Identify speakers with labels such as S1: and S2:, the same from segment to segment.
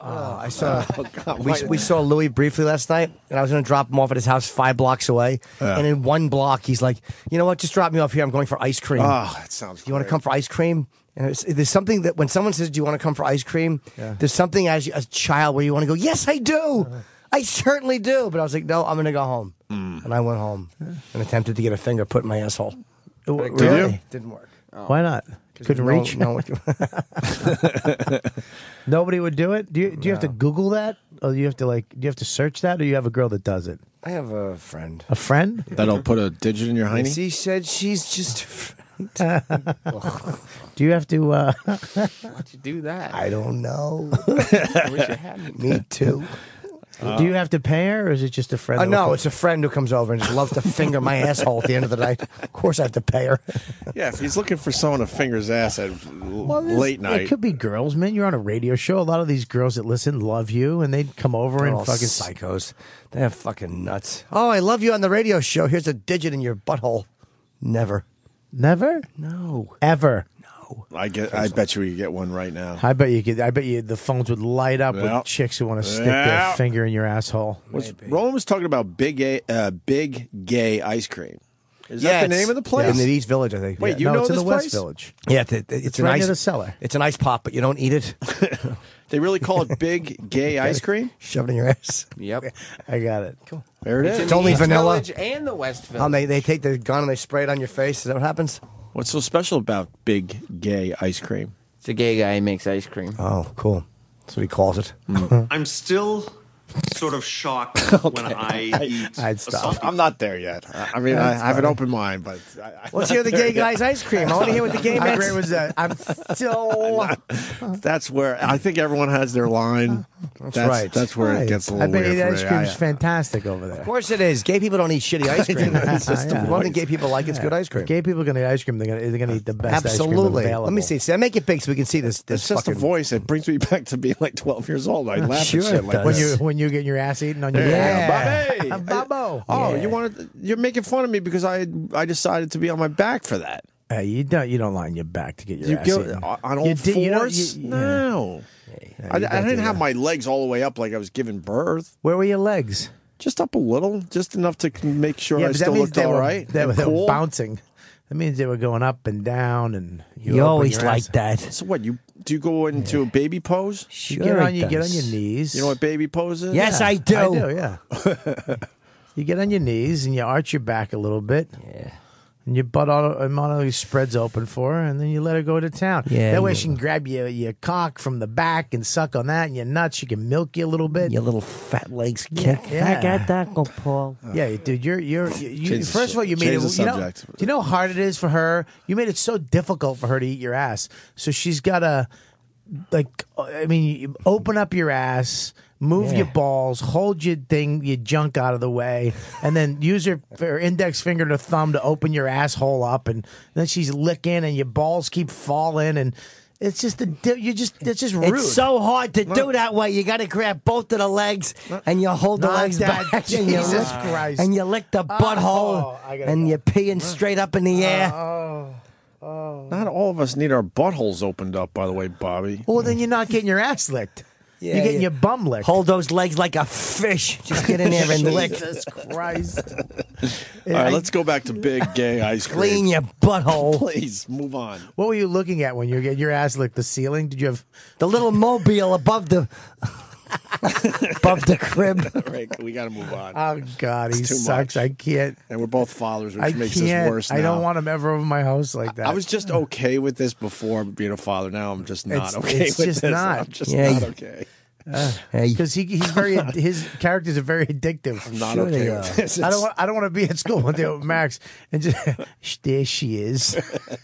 S1: Oh, I saw. we, we saw Louis briefly last night, and I was going to drop him off at his house five blocks away. And in one block, he's like, "You know what? Just drop me off here. I'm going for ice cream.
S2: Oh, that sounds.
S1: you want to come for ice cream?" And it's, there's something that when someone says, "Do you want to come for ice cream?" There's something as you- as a child where you want to go, "Yes, I do. I certainly do." But I was like, "No, I'm going to go home." And I went home and attempted to get a finger put in my asshole. It w-
S2: Did
S1: really
S2: you?
S1: Didn't work.
S3: Why not? Couldn't
S1: Oh. No-
S3: reach.
S1: No,
S3: Nobody would do it. Do you? Do you have to Google that, or do you have to like? Do you have to search that, or you have a girl that does it?
S1: I have a friend.
S3: A friend?
S2: That'll put a digit in your hiney.
S1: She said she's just.
S3: Do you have to? Uh,
S4: Why'd you do that?
S1: I don't know.
S4: I wish you hadn't.
S1: Me too.
S3: do you have to pay her, or is it just a friend?
S1: Uh,
S3: that
S1: no,
S3: will-
S1: it's a friend who comes over and just loves to finger my asshole at the end of the night. Of course, I have to pay her.
S2: Yeah, if he's looking for someone to finger his ass at l-
S3: Well, there's-
S2: late night.
S3: It could be girls, man. You're on a radio show. A lot of these girls that listen love you, and they'd come over
S1: They're
S3: and
S1: all
S3: fucking
S1: psychos. They're fucking nuts. Oh, I love you on the radio show. Here's a digit in your butthole. Never.
S3: never,
S1: No.
S3: ever.
S2: I get. I bet you we get one right now.
S3: I bet you could. I bet you the phones would light up
S2: Yeah.
S3: with chicks who want to stick
S2: Yeah.
S3: their finger in your asshole.
S2: Was, Roland was talking about big, a, uh, big gay ice cream. Is
S1: yeah,
S2: that the
S1: it's-
S2: name of the place?
S1: In the East Village, I think.
S2: Wait,
S1: yeah.
S2: you
S3: no,
S2: know
S3: it's in
S2: this
S3: the West
S2: place?
S3: Village.
S1: Yeah, it's, it's, an
S3: right near
S1: ice,
S3: the cellar.
S1: It's an ice pop, but you don't eat it.
S2: They really call it big gay ice cream.
S1: Shove it in your ass.
S4: Yep.
S3: I got it. Cool.
S2: There it
S4: It's in
S2: is.
S1: It's only
S4: the East
S1: vanilla.
S4: Village and the West Village.
S1: Um, they, they take the gun and they spray it on your face. Is that what happens?
S2: What's so special about big gay ice cream?
S4: it's a gay guy who makes ice cream.
S1: Oh, cool. That's what he calls it.
S5: I'm still sort of shocked when I eat.
S3: I'd
S5: a
S3: stop.
S5: salty-
S2: I'm not there yet. I I mean, I, I have an open mind, but I,
S1: Let's hear the gay guy's ice cream. I want to hear what the gay
S3: How
S1: man's
S3: great was that? I'm still.
S2: I, that's where I think everyone has their line. That's,
S1: right.
S2: That's where it gets a
S3: I
S2: little
S3: bet
S2: weird.
S3: you the
S2: for
S3: ice
S2: me.
S3: cream's
S2: I-
S3: fantastic over there.
S1: Of course it is. Gay people don't eat shitty ice cream. it's just
S3: Yeah.
S1: the one thing gay people like is good ice cream.
S3: Gay people are gonna eat ice cream. They're gonna, they're gonna eat the best ice cream
S1: Absolutely.
S3: available.
S1: Let me see. See, I make it big so we can see this. this
S2: It's just
S1: fucking,
S2: a voice. It brings me back to being like 12 years old. I laugh
S1: sure
S2: at shit
S1: it
S2: like
S1: does.
S3: when
S2: this.
S3: you when you get your ass eaten on your
S1: Yeah.
S2: Bobby!
S3: Bubbo.
S2: Oh,
S3: Yeah.
S2: you wanted you're making fun of me because I I decided to be on my back for that.
S3: Hey, you don't you don't lie on your back to get your
S2: You
S3: ass
S2: go
S3: eaten.
S2: on all
S3: You did- you don't-
S2: fours?
S3: you- yeah.
S2: no. I,
S3: you
S2: I
S3: don't
S2: didn't
S3: do
S2: have my legs all the way up like I was giving birth.
S3: Where were your legs?
S2: Just up a little, just enough to c- make sure I still looked
S3: they
S2: all
S3: were
S2: right.
S3: They,
S2: and
S3: were- they were
S2: cool.
S3: bouncing. That means they were going up and down, and you,
S1: You
S3: open
S1: always
S3: your
S1: like
S3: ass-
S1: that.
S2: So what? You do you go into a baby pose?
S1: Sure
S3: You get on
S1: it
S3: you get on
S1: does.
S3: your knees.
S2: You know what baby pose is?
S1: Yes, I do.
S3: I do, yeah. you get on your knees and you arch your back a little bit.
S4: Yeah.
S3: And your butt auto- automatically spreads open for her, and then you let her go to town.
S1: Yeah,
S3: that way
S1: you-
S3: she can grab your, your cock from the back and suck on that, and your nuts. She can milk you a little bit.
S1: Your little fat legs kick.
S3: Yeah.
S1: I got that, go, Paul.
S3: Yeah, dude, you're you're you, you,
S2: Change the
S3: first of all you made it.
S2: change the
S3: You know,
S2: subject.
S3: do you know how hard it is for her? You made it so difficult for her to eat your ass. So she's got to like I mean, you open up your ass, move your balls, hold your thing, your junk out of the way, and then use your, her index finger and her thumb to open your asshole up, and then she's licking, and your balls keep falling, and it's just the di- you just it's just rude.
S1: It's so hard to do that way. You got to grab both of the legs and you hold the
S3: Not
S1: legs
S3: that.
S1: back. and you
S3: Jesus
S1: lick,
S3: Christ. Oh,
S1: And you lick the butthole
S3: I
S1: and
S3: gotta go. Uh-huh.
S1: you're peeing straight up in the air.
S2: Not all of us need our buttholes opened up, by the way, Bobby.
S3: well, then you're not getting your ass licked.
S1: Yeah,
S3: you're getting
S1: yeah.
S3: your bum licked.
S1: Hold those legs like a fish. Just get in there and lick.
S3: Jesus Christ.
S2: All right, let's go back to big gay ice cream.
S1: Clean your butthole.
S2: Please move on.
S3: What were you looking at when you were getting your ass licked? The ceiling? Did you have?
S1: The little mobile above the above the crib.
S2: All right, we got to move on.
S3: Oh God, he
S2: too much.
S3: sucks. I can't.
S2: and we're both fathers, which
S3: I
S2: makes this
S3: can't.
S2: worse.
S3: I don't
S2: now.
S3: want him ever over my house like that.
S2: I was just okay with this before being a father. Now I'm just not
S3: It's-
S2: okay
S3: it's
S2: with
S3: just
S2: this.
S3: not.
S2: I'm just
S1: Yeah,
S2: not
S1: you-
S2: okay.
S1: Hey,
S3: because he, he's very his characters are very addictive.
S2: I'm not
S1: sure
S2: okay
S1: they
S2: with
S1: are.
S2: this.
S3: I don't. Want, I don't want to be at school one day with Max and just "Shh, there she is,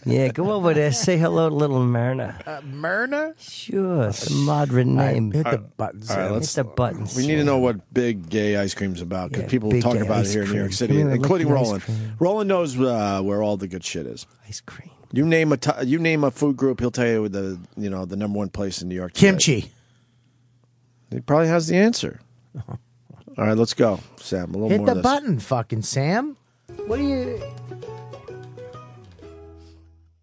S1: yeah, go over there. Say hello to little Myrna.
S3: uh, Myrna.
S1: Sure, it's a modern name.
S3: Hit
S1: Hit
S3: the buttons.
S2: all right,
S3: Sam.
S2: let's-
S1: the buttons.
S2: we need to know what big gay ice cream's about because
S1: Yeah,
S2: people
S1: big
S2: talk
S1: gay
S2: about it
S1: ice
S2: here in New
S1: cream.
S2: York City,
S1: Come here, lick
S2: including
S1: the ice
S2: Roland.
S1: cream.
S2: Roland knows uh, where all the good shit is.
S1: ice cream.
S2: You name a t- you name a food group, he'll tell you the you know the number one place in New York. today.
S3: Kimchi.
S2: He probably has the answer. All right, let's go, Sam. A little
S3: Uh-huh. Hit
S2: more
S3: the
S2: of this.
S3: button, fucking Sam. What are you?